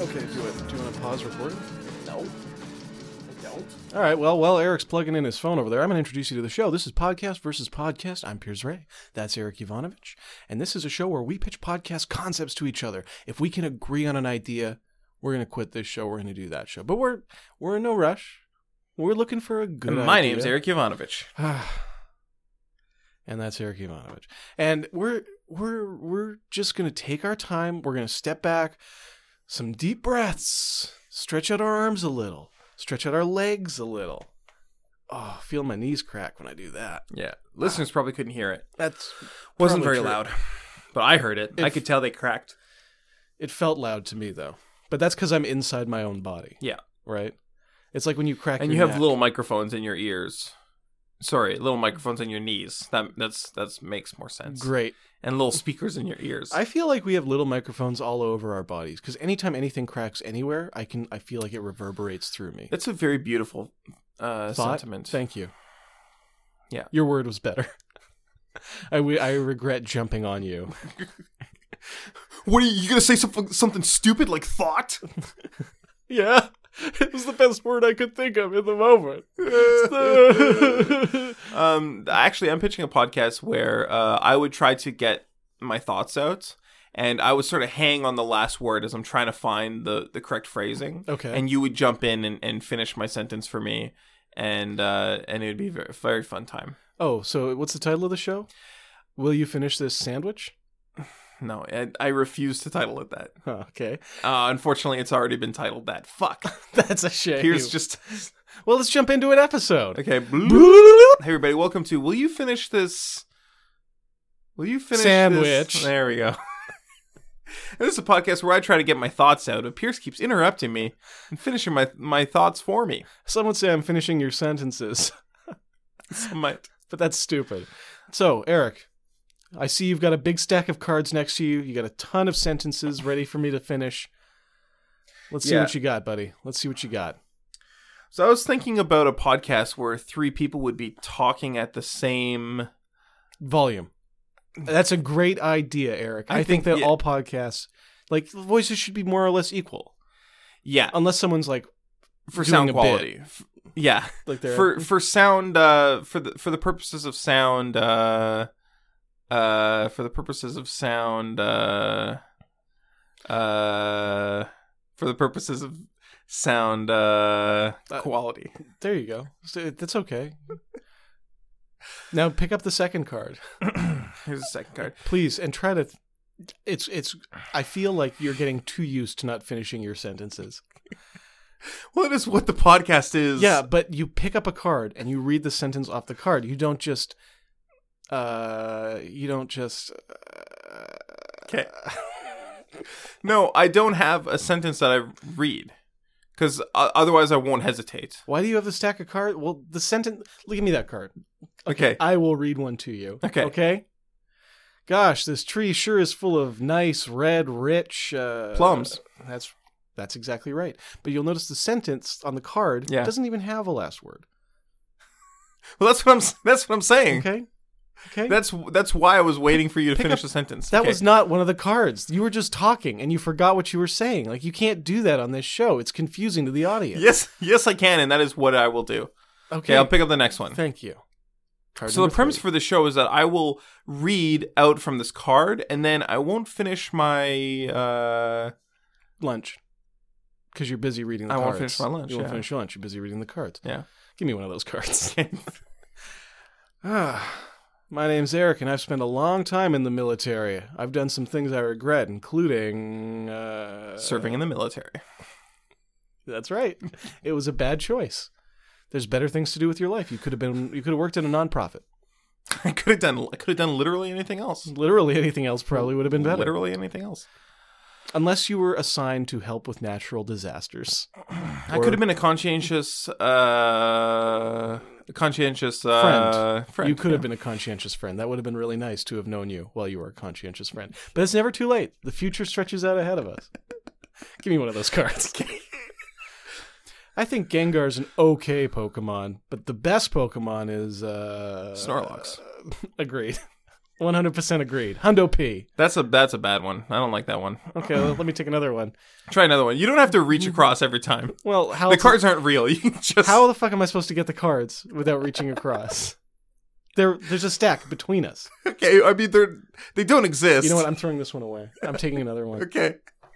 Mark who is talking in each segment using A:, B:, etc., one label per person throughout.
A: Okay, do it. Do you want to pause recording?
B: No. I don't.
A: All right. Well, while Eric's plugging in his phone over there, I'm going to introduce you to the show. This is Podcast versus Podcast. I'm Piers Ray. That's Eric Ivanovich. And this is a show where we pitch podcast concepts to each other. If we can agree on an idea, we're going to quit this show. We're going to do that show. But we're we're in no rush. We're looking for a good.
B: My
A: idea.
B: name's Eric Ivanovich.
A: and that's Eric Ivanovich. And we're we're we're just going to take our time. We're going to step back, some deep breaths, stretch out our arms a little, stretch out our legs a little. Oh, I feel my knees crack when I do that.
B: Yeah. Listeners probably couldn't hear it.
A: That's
B: Wasn't
A: probably
B: very
A: true.
B: loud. But I heard it. I
A: If-
B: could tell they cracked.
A: It felt loud to me though, but that's because I'm inside my own body,
B: Yeah.
A: right? It's like when you crack
B: And you
A: your
B: have
A: neck.
B: little microphones in your ears. Sorry, little microphones in your knees. That that's that's makes more sense.
A: Great.
B: And little speakers in your ears.
A: I feel like we have little microphones all over our bodies because anytime anything cracks anywhere, I can I feel like it reverberates through me.
B: That's a very beautiful uh,
A: Thought?
B: sentiment.
A: Thank you.
B: Yeah.
A: Your word was better. I, we, I regret jumping on you.
B: What are you, you gonna say? Something something stupid like thought?
A: Yeah. It was the best word I could think of in the moment. It's the-
B: Um, actually, I'm pitching a podcast where uh, I would try to get my thoughts out, and I would sort of hang on the last word as I'm trying to find the the correct phrasing.
A: Okay.
B: And you would jump in and, and finish my sentence for me, and uh, and it would be a very, very fun time.
A: oh, so what's the title of the show? Will you finish this sandwich?
B: No, I, I refuse to title it that.
A: Huh, okay.
B: Uh, unfortunately, it's already been titled that. Fuck.
A: That's a shame.
B: Here's just
A: well, let's jump into an episode.
B: okay. bloop. Hey everybody, welcome to. Will you finish this? Will you finish
A: Sandwich.
B: This? There we go. this is a podcast where I try to get my thoughts out, but Pierce keeps interrupting me and finishing my my thoughts for me.
A: Some would say I'm finishing your sentences,
B: So my,
A: but that's stupid. So, Eric, I see you've got a big stack of cards next to you. You got a ton of sentences ready for me to finish. Let's see
B: Yeah.
A: what you got, buddy. Let's see what you got.
B: so I was thinking about a podcast where three people would be talking at the same.
A: volume. That's a great idea, Eric. I,
B: I
A: think,
B: think,
A: that
B: yeah.
A: all podcasts, like the voices, should be more or less equal,
B: Yeah,
A: unless someone's like
B: for
A: doing
B: sound
A: a bit.
B: quality. F- yeah,
A: like they're
B: for for sound uh for the for the purposes of sound uh uh for the purposes of sound uh uh for the purposes of sound uh
A: Uh,
B: quality
A: there. You go. So that's okay. now pick up the second card,
B: here's a second card
A: please, and try to. It's it's. I feel like you're getting too used to not finishing your sentences.
B: well it is what the podcast is
A: Yeah, but you pick up a card and you read the sentence off the card. You don't just. Uh, you don't just.
B: okay Uh, no i don't have a sentence that i read because uh, otherwise i won't hesitate
A: Why do you have the stack of cards? Well, the sentence. Look at me that card.
B: okay
A: I will read one to you.
B: Okay.
A: Okay. Gosh, this tree sure is full of nice red, rich uh,
B: Plums.
A: That's that's exactly right. But you'll notice the sentence on the card
B: Yeah.
A: doesn't even have a last word.
B: well that's what i'm s- that's what i'm saying
A: Okay. Okay.
B: Mm. that's that's why i was waiting for you to
A: Pick
B: finish
A: up-
B: the sentence
A: that
B: Okay.
A: was not one of the cards. You were just talking and you forgot what you were saying. Like you can't do that on this show. It's confusing to the audience.
B: Yes, yes, I can, and that is what I will do. Okay,
A: Okay.
B: I'll pick up the next one.
A: Thank you. Card
B: So the
A: number
B: premise
A: three.
B: for the show is that I will read out from this card, and then I won't finish my. Uh,
A: lunch because you're busy reading the
B: I
A: cards.
B: won't finish my lunch,
A: You won't
B: yeah.
A: finish your lunch. You're busy reading the cards.
B: yeah.
A: Give me one of those cards. Ah, my name's Eric, and I've spent a long time in the military. I've done some things I regret, including uh,
B: Serving in the military.
A: That's right. It was a bad choice. There's better things to do with your life. You could have been. You could have worked in a nonprofit.
B: I could have done. I could have done literally anything else.
A: Literally anything else probably would have been better,
B: Literally anything else.
A: unless you were assigned to help with natural disasters.
B: I could have been a conscientious, uh, conscientious uh, friend.
A: you could have been a conscientious friend. That would have been really nice to have known you while you were a conscientious friend. But it's never too late. The future stretches out ahead of us. Give me one of those cards. I think Gengar's an okay Pokemon, but the best Pokemon is uh
B: Snorlax.
A: Agreed. One hundred percent agreed. Hundo P.
B: That's a that's a bad one. I don't like that one.
A: Okay, well, let me take another one.
B: Try another one. You don't have to reach across every time.
A: Well, how
B: The cards aren't real. You can just
A: how the fuck am I supposed to get the cards without reaching across? there, there's a stack between us.
B: okay. I mean, they're they don't exist.
A: You know what? I'm throwing this one away. I'm taking another one.
B: okay.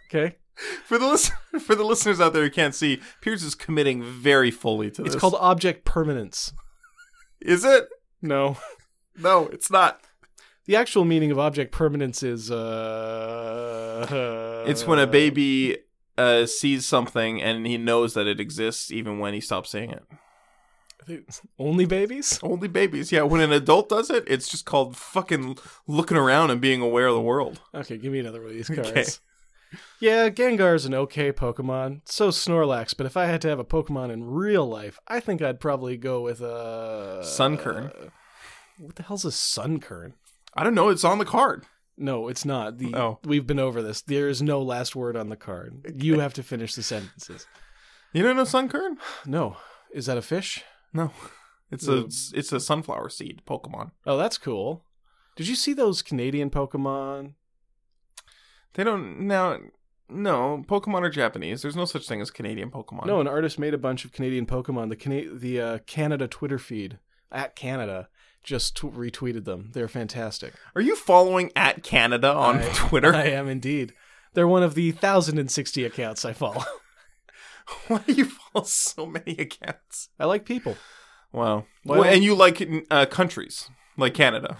A: Okay,
B: For the listen- for the listeners out there who can't see, Piers is committing very fully to this.
A: it's called object permanence.
B: Is it?
A: No,
B: No, it's not.
A: the actual meaning of object permanence is uh,
B: It's when a baby uh, sees something and he knows that it exists even when he stops seeing it.
A: only babies.
B: Only babies, yeah. When an adult does it, it's just called fucking looking around and being aware of the world.
A: Okay, give me another one of these cards. Yeah, Gengar's an okay Pokemon. So Snorlax, but if I had to have a Pokemon in real life, I think I'd probably go with a Uh,
B: Sunkern.
A: what the hell's a Sunkern?
B: I don't know. It's on the card.
A: No, it's not. The
B: Oh.
A: we've been over this. There is no last word on the card. You have to finish the sentences.
B: You don't know Sunkern?
A: No, is that a fish?
B: No. It's a it's a sunflower seed Pokemon.
A: Oh, that's cool. Did you see those Canadian Pokemon?
B: They don't now. No, Pokemon are Japanese. There's no such thing as Canadian Pokemon.
A: No, an artist made a bunch of Canadian Pokemon. The Cana- the uh, Canada Twitter feed at Canada just t- retweeted them. They're fantastic.
B: Are you following at Canada on
A: I-
B: Twitter?
A: I am indeed. They're one of the 1,060 accounts I follow.
B: Why do you follow so many accounts?
A: I like people.
B: Wow.
A: Why
B: Well,
A: don't-
B: and you like uh, countries like Canada.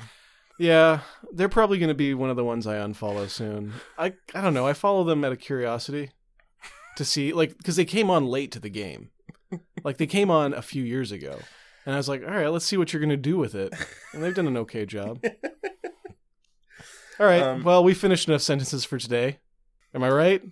A: Yeah, they're probably going to be one of the ones I unfollow soon. I I don't know. I follow them out of curiosity to see like cuz they came on late to the game. Like they came on a few years ago. And I was like, "All right, let's see what you're going to do with it." And they've done an okay job. All right.
B: Um,
A: well, we finished enough sentences for today. Am I right?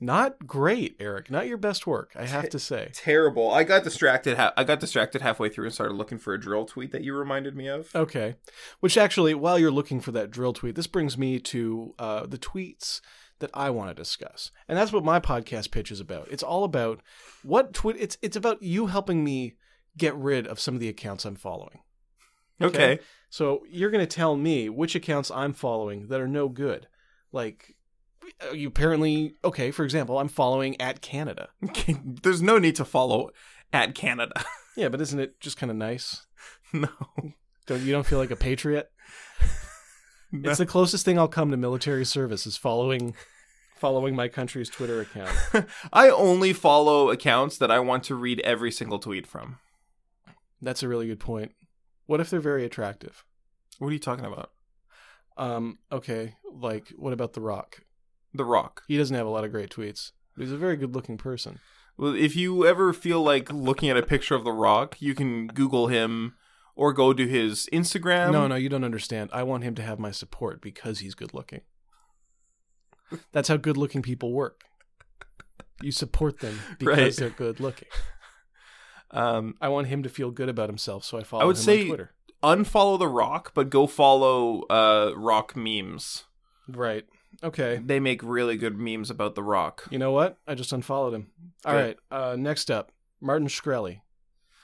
A: Not great, Eric. Not your best work, I have to say.
B: Terrible. I got distracted. Ha- I got distracted halfway through and started looking for a drill tweet that you reminded me of.
A: Okay. Which actually, while you're looking for that drill tweet, this brings me to uh, the tweets that I want to discuss, and that's what my podcast pitch is about. It's all about what tweet. It's it's about you helping me get rid of some of the accounts I'm following.
B: Okay.
A: So you're going to tell me which accounts I'm following that are no good. Like you apparently okay. For example, I'm following at Canada.
B: okay. There's no need to follow at Canada.
A: Yeah, but isn't it just kind of nice?
B: no.
A: Don't you don't feel like a patriot?
B: No.
A: It's the closest thing I'll come to military service is following following my country's Twitter account.
B: I only follow accounts that I want to read every single tweet from.
A: That's a really good point. What if they're very attractive?
B: What are you talking about?
A: Um, okay, like what about The Rock?
B: The Rock.
A: He doesn't have a lot of great tweets. But he's a very good-looking person.
B: Well, if you ever feel like looking at a picture of The Rock, you can Google him or go to his Instagram.
A: no, no, you don't understand. I want him to have my support because he's good-looking. That's how good-looking people work. You support them because
B: Right.
A: they're good-looking.
B: Um,
A: I want him to feel good about himself, so I follow
B: would
A: him
B: say-
A: on Twitter.
B: unfollow The Rock, but go follow uh, Rock memes.
A: Right. Okay.
B: They make really good memes about The Rock.
A: You know what? I just unfollowed him. All right.
B: Good.
A: Uh, next up, Martin Shkreli.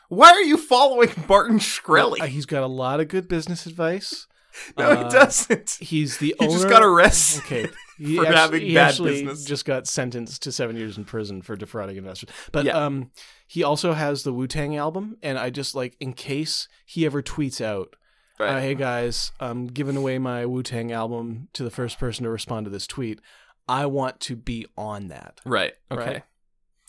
B: Why are you following Barton Shkreli?
A: Uh, he's got a lot of good business advice.
B: no,
A: Uh,
B: he doesn't.
A: He's the
B: He
A: owner.
B: just got arrested.
A: Okay. He
B: for
A: actu-
B: having
A: he
B: bad
A: actually
B: business.
A: just got sentenced to seven years in prison for defrauding investors. But
B: Yeah.
A: um, he also has the Wu Tang album, and I just like in case he ever tweets out, uh,
B: Right.
A: "Hey guys, I'm giving away my Wu Tang album to the first person to respond to this tweet." I want to be on that.
B: Right. Okay.
A: Right.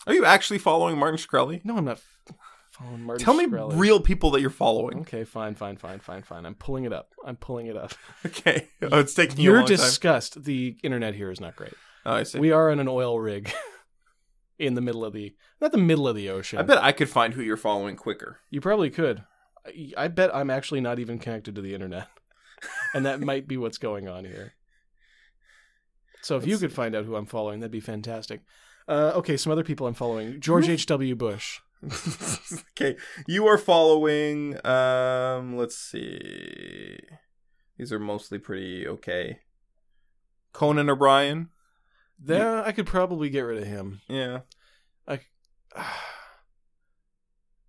B: Are you actually following Martin Shkreli?
A: No, I'm not f- following Martin.
B: Tell me
A: Shkreli.
B: real people that you're following.
A: Okay, fine, fine, fine, fine, fine. I'm pulling it up. I'm pulling it up.
B: Okay. Oh, it's taking you a
A: You're
B: long
A: disgust. The internet here is not great.
B: time. Oh, I see.
A: We are on an oil rig in the middle of the not the middle of the ocean.
B: I bet I could find who you're following quicker.
A: you probably could. I, I bet I'm actually not even connected to the internet, and that might be what's going on here. So if you
B: Let's
A: could find out who I'm following, that'd be fantastic. Uh, okay, some other people I'm following: George H. W. Bush.
B: okay, you are following. Um, let's see. These are mostly pretty okay. Conan O'Brien.
A: There, I could probably get rid of him.
B: Yeah,
A: I,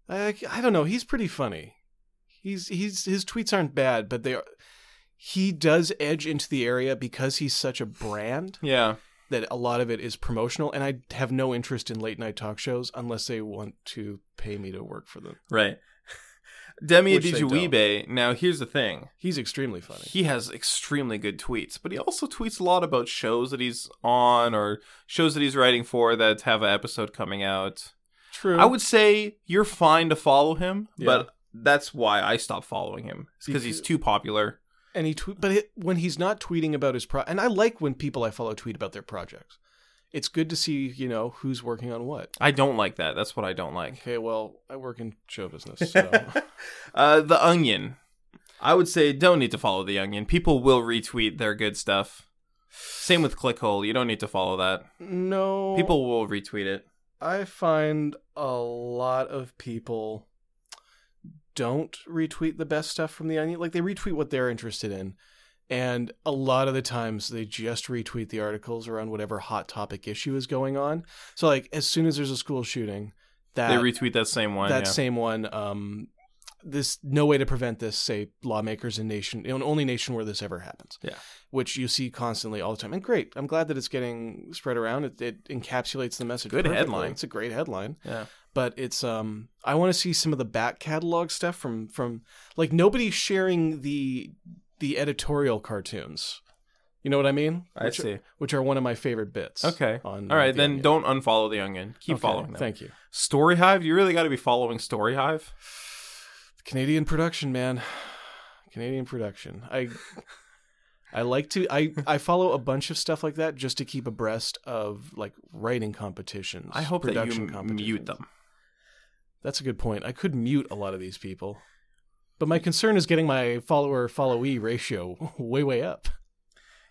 A: I, I don't know. He's pretty funny. He's he's his tweets aren't bad, but they are. He does edge into the area because he's such a brand
B: Yeah.
A: that a lot of it is promotional, and I have no interest in late night talk shows unless they want to pay me to work for them.
B: Right. Demi
A: Which they
B: Adijuibe. Now, here's the thing.
A: He's extremely funny.
B: He has extremely good tweets, but he also tweets a lot about shows that he's on or shows that he's writing for that have an episode coming out.
A: True.
B: I would say you're fine to follow him,
A: Yeah.
B: but that's why I stopped following him. It's because he's too popular.
A: and he tweet, but it, when he's not tweeting about his pro, and I like when people I follow tweet about their projects. It's good to see you know who's working on what.
B: I don't like that. That's what I don't like.
A: Okay, well I work in show business, so
B: uh, the Onion. I would say don't need to follow The Onion. People will retweet their good stuff. Same with Clickhole. You don't need to follow that.
A: no
B: People will retweet it.
A: I find a lot of people don't retweet the best stuff from the Onion. Like they retweet what they're interested in, and a lot of the times they just retweet the articles around whatever hot topic issue is going on. So like as soon as there's a school shooting, that
B: They retweet that same one.
A: that
B: yeah.
A: same one. Um, this no way to prevent this. Say lawmakers in nation, in only nation where this ever happens.
B: Yeah.
A: which you see constantly all the time. And great, I'm glad that it's getting spread around. It, it encapsulates the message.
B: Good
A: perfectly.
B: headline.
A: It's a great headline.
B: Yeah.
A: But it's um, I want to see some of the back catalog stuff from from like nobody's sharing the the editorial cartoons. You know what I mean?
B: I
A: which,
B: see.
A: Which are one of my favorite bits.
B: Okay.
A: On
B: All
A: uh,
B: right,
A: the
B: then
A: Onion.
B: don't unfollow The Onion. Keep
A: Okay,
B: following them.
A: Thank you.
B: Storyhive, you really got to be following Storyhive.
A: Canadian production, man. Canadian production. I I like to I I follow a bunch of stuff like that just to keep abreast of like writing competitions.
B: I hope that you
A: production
B: m-
A: competitions.
B: mute them.
A: That's a good point. I could mute a lot of these people. But my concern is getting my follower followee ratio way way up.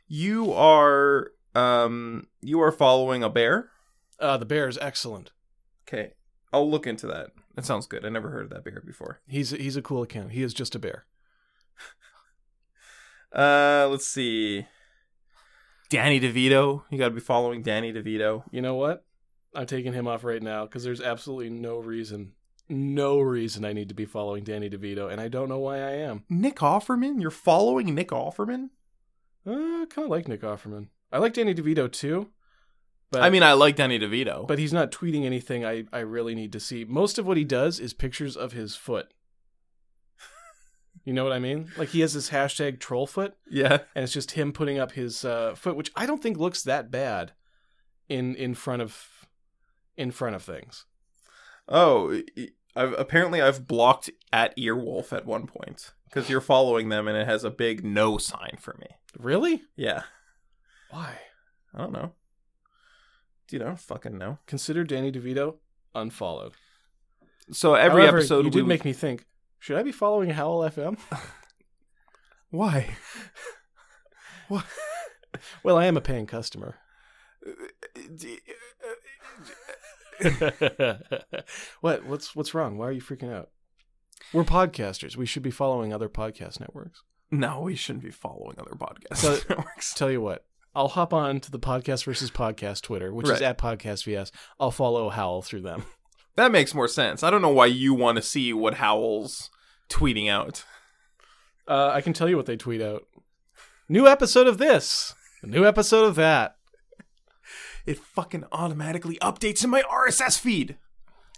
B: You are um you are following a bear?
A: Uh the bear is excellent.
B: Okay. I'll look into that. That sounds good. I never heard of that bear before.
A: He's he's a cool account. He is just a bear.
B: Uh let's see. Danny DeVito. You got to be following Danny DeVito.
A: You know what? I'm taking him off right now because there's absolutely no reason, no reason I need to be following Danny DeVito, and I don't know why I am.
B: Nick Offerman? You're following Nick Offerman?
A: Uh, I kind of like Nick Offerman. I like Danny DeVito too, but
B: I mean, I like Danny DeVito.
A: but he's not tweeting anything I I really need to see. Most of what he does is pictures of his foot. You know what I mean? Like he has this hashtag troll foot,
B: yeah.
A: and it's just him putting up his uh, foot, which I don't think looks that bad in in front of in front of things.
B: Oh, I've, apparently I've blocked at Earwolf at one point because you're following them and it has a big no sign for me.
A: Really?
B: Yeah,
A: Why?
B: I don't know. Dude, I don't fucking know.
A: consider Danny DeVito unfollowed.
B: So every
A: However,
B: episode
A: you
B: we
A: did
B: would-
A: make me think. Should I be following Howl FM?
B: why?
A: Well, I am a paying customer.
B: Uh,
A: what? What's what's wrong? Why are you freaking out? We're podcasters. We should be following other podcast networks.
B: no, we shouldn't be following other podcasts.
A: So-
B: networks.
A: Tell you what, I'll hop on to the podcast versus podcast Twitter, which is
B: Right.
A: at podcast vs. I'll follow Howl through them.
B: that makes more sense. I don't know why you want to see what Howell's tweeting out.
A: Uh, I can tell you what they tweet out. New episode of this. New episode of that.
B: It fucking automatically updates in my RSS feed.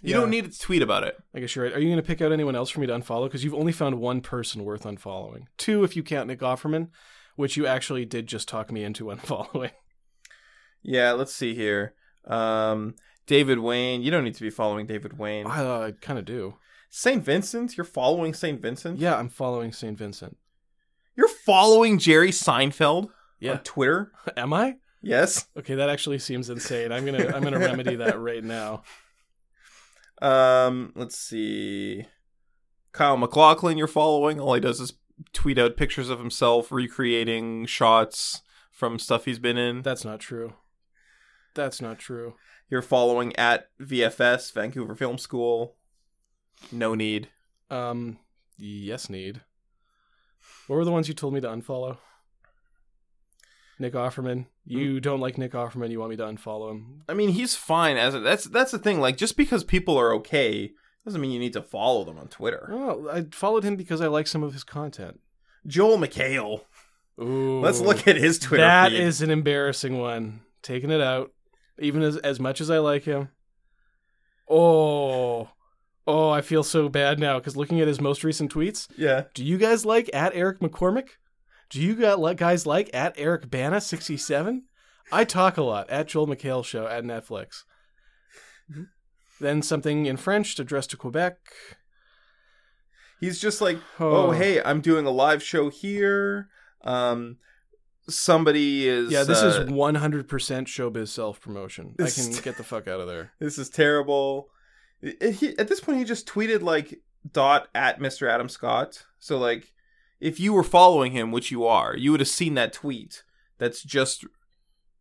B: You
A: Yeah.
B: don't need to tweet about it.
A: I guess you're right. Are you going to pick out anyone else for me to unfollow? Because you've only found one person worth unfollowing. Two, if you count Nick Offerman, which you actually did just talk me into unfollowing.
B: Yeah, let's see here. Um, David Wayne, you don't need to be following David Wayne.
A: I, uh, I kind of do.
B: St. Vincent, you're following St. Vincent.
A: Yeah, I'm following St. Vincent.
B: you're following Jerry Seinfeld
A: Yeah.
B: on Twitter.
A: Am I?
B: Yes.
A: Okay, that actually seems insane. I'm gonna I'm gonna remedy that right now.
B: Um, let's see. Kyle McLaughlin, you're following. All he does is tweet out pictures of himself recreating shots from stuff he's been in.
A: That's not true. That's not true.
B: You're following at VFS Vancouver Film School. No need.
A: Um, yes, need. What were the ones you told me to unfollow? Nick Offerman. You don't like Nick Offerman. You want me to unfollow him?
B: I mean, he's fine as a, that's that's the thing. Like, just because people are okay Doesn't mean you need to follow them on Twitter.
A: Oh, I followed him because I like some of his content.
B: Joel McHale.
A: Ooh,
B: Let's look at his Twitter
A: That
B: feed.
A: is an embarrassing one. Taking it out, even as as much as I like him. Oh, oh, I feel so bad now because looking at his most recent tweets.
B: yeah.
A: Do you guys like at Eric McCormick? Do you got like guys like at Eric Bana sixty seven? I talk a lot at Joel McHale show at Netflix. Then something in French addressed to Quebec.
B: He's just like, oh, hey, I'm doing a live show here. Um, somebody is.
A: Yeah, this
B: uh,
A: is 100% showbiz self promotion. I
B: This
A: can
B: is-
A: get the fuck out of there.
B: This is terrible. It- it- he- at this point, he just tweeted like dot at Mr. Adam Scott. So like, if you were following him, which you are, you would have seen that tweet. That's just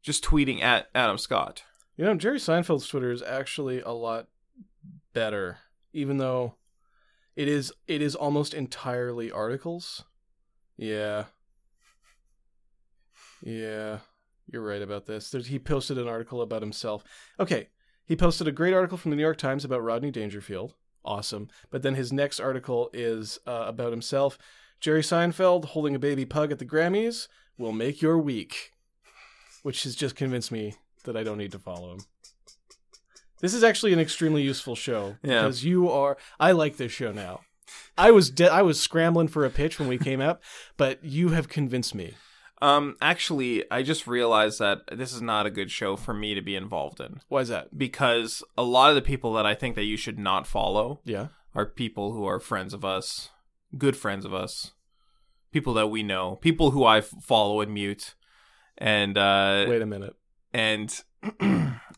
B: just tweeting at Adam Scott.
A: You know, Jerry Seinfeld's Twitter is actually a lot better, even though it is it is almost entirely articles. Yeah. Yeah. You're right about this. There's, he posted an article about himself. Okay. He posted a great article from the New York Times about Rodney Dangerfield. Awesome. But then his next article is uh, about himself. Jerry Seinfeld holding a baby pug at the Grammys will make your week, which has just convinced me that I don't need to follow him. This is actually an extremely useful show
B: Yeah.
A: because you are. I like this show now. I was de- I was scrambling for a pitch when we came up, but you have convinced me.
B: Um, actually, I just realized that this is not a good show for me to be involved in
A: Why is that?
B: because a lot of the people that I think that you should not follow
A: Yeah.
B: are people who are friends of us, good friends of us, people that we know, people who I f- follow and mute, and uh,
A: Wait a minute.
B: and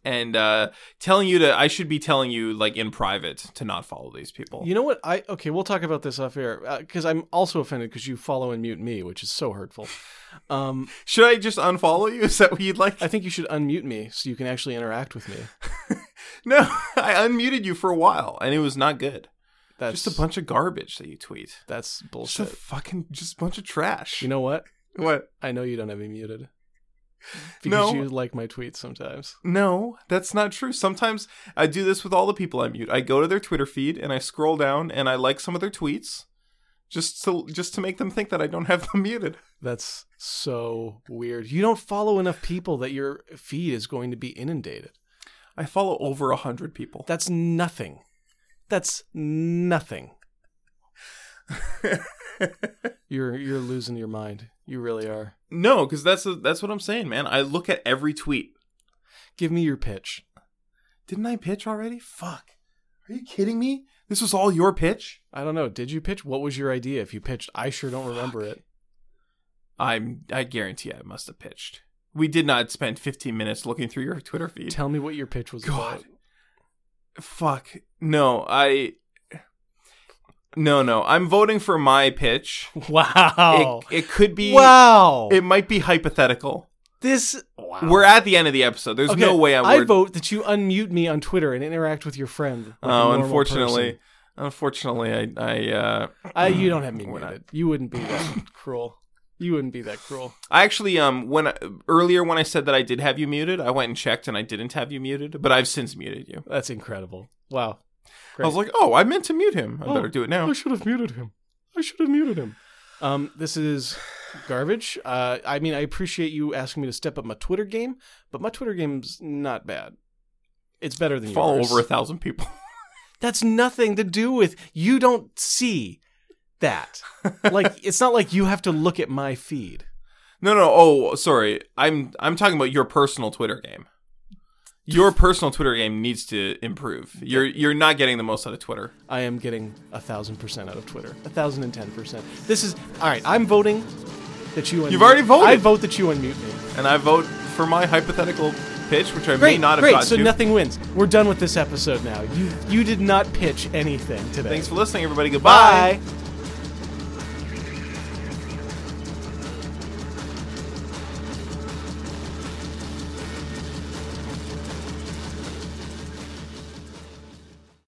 B: and uh, telling you to I should be telling you like in private to not follow these people.
A: You know what? I okay. We'll talk about this off air because I'm also offended because you follow and mute me, which is so hurtful. Um,
B: should I just unfollow you? Is that what you'd like?
A: I think you should unmute me so you can actually interact with me.
B: no, I unmuted you for a while, and it was not good.
A: That's
B: just a bunch of garbage that you tweet.
A: That's
B: Just a
A: bullshit.
B: fucking just a bunch of trash.
A: You know what?
B: what?
A: I know you don't have me muted because
B: No.
A: you like my tweets sometimes.
B: No, that's not true. Sometimes I do this with all the people I mute. I go to their Twitter feed and I scroll down and I like some of their tweets, just to just to make them think that I don't have them muted.
A: That's so weird. You don't follow enough people that your feed is going to be inundated.
B: I follow over a hundred people.
A: That's nothing. That's nothing. you're you're losing your mind. You really are.
B: no, because that's that's what I'm saying, man. I look at every tweet.
A: Give me your pitch.
B: Didn't I pitch already? Fuck. Are you kidding me? This was all your pitch.
A: I don't know. Did you pitch? What was your idea if you pitched? I sure don't remember it.
B: I'm. I guarantee I must have pitched. We did not spend 15 minutes looking through your Twitter feed.
A: Tell me what your pitch was
B: God.
A: about.
B: Fuck. No, I. No, no. I'm voting for my pitch.
A: Wow.
B: It, it could be.
A: Oh. wow.
B: It might be hypothetical.
A: this wow.
B: We're at the end of the episode. There's
A: Okay,
B: no way I'm.
A: I
B: word-
A: vote that you unmute me on Twitter and interact with your friend. like a
B: Oh,
A: normal
B: unfortunately, unfortunately, I, I, uh,
A: person. I, you don't have me
B: We're not.
A: muted. You wouldn't be that cruel. You wouldn't be that cruel.
B: I actually, um, when I, earlier when I said that I did have you muted, I went and checked and I didn't have you muted, but I've since muted you.
A: That's incredible. Wow.
B: I was like, oh, I meant to mute him. I
A: Oh.
B: better do it now.
A: I should have muted him. I should have muted him. Um, this is garbage. Uh, I mean, I appreciate you asking me to step up my Twitter game, but my Twitter game's not bad. It's better than
B: Follow
A: yours.
B: over a thousand people.
A: That's nothing to do with you. Don't see that. like it's not like you have to look at my feed.
B: No, no. Oh, sorry. I'm I'm talking about your personal Twitter game. Your personal Twitter game needs to improve. You're you're not getting the most out of Twitter.
A: I am getting a thousand percent out of Twitter. A thousand and ten percent. This is all right. I'm voting that you. Unmute.
B: You've already voted.
A: I vote that you unmute me.
B: And I vote for my hypothetical pitch, which I may
A: Great,
B: not have
A: great.
B: gotten
A: So
B: to.
A: nothing wins. We're done with this episode now. You you did not pitch anything today.
B: Thanks for listening, everybody. Goodbye.
A: Bye.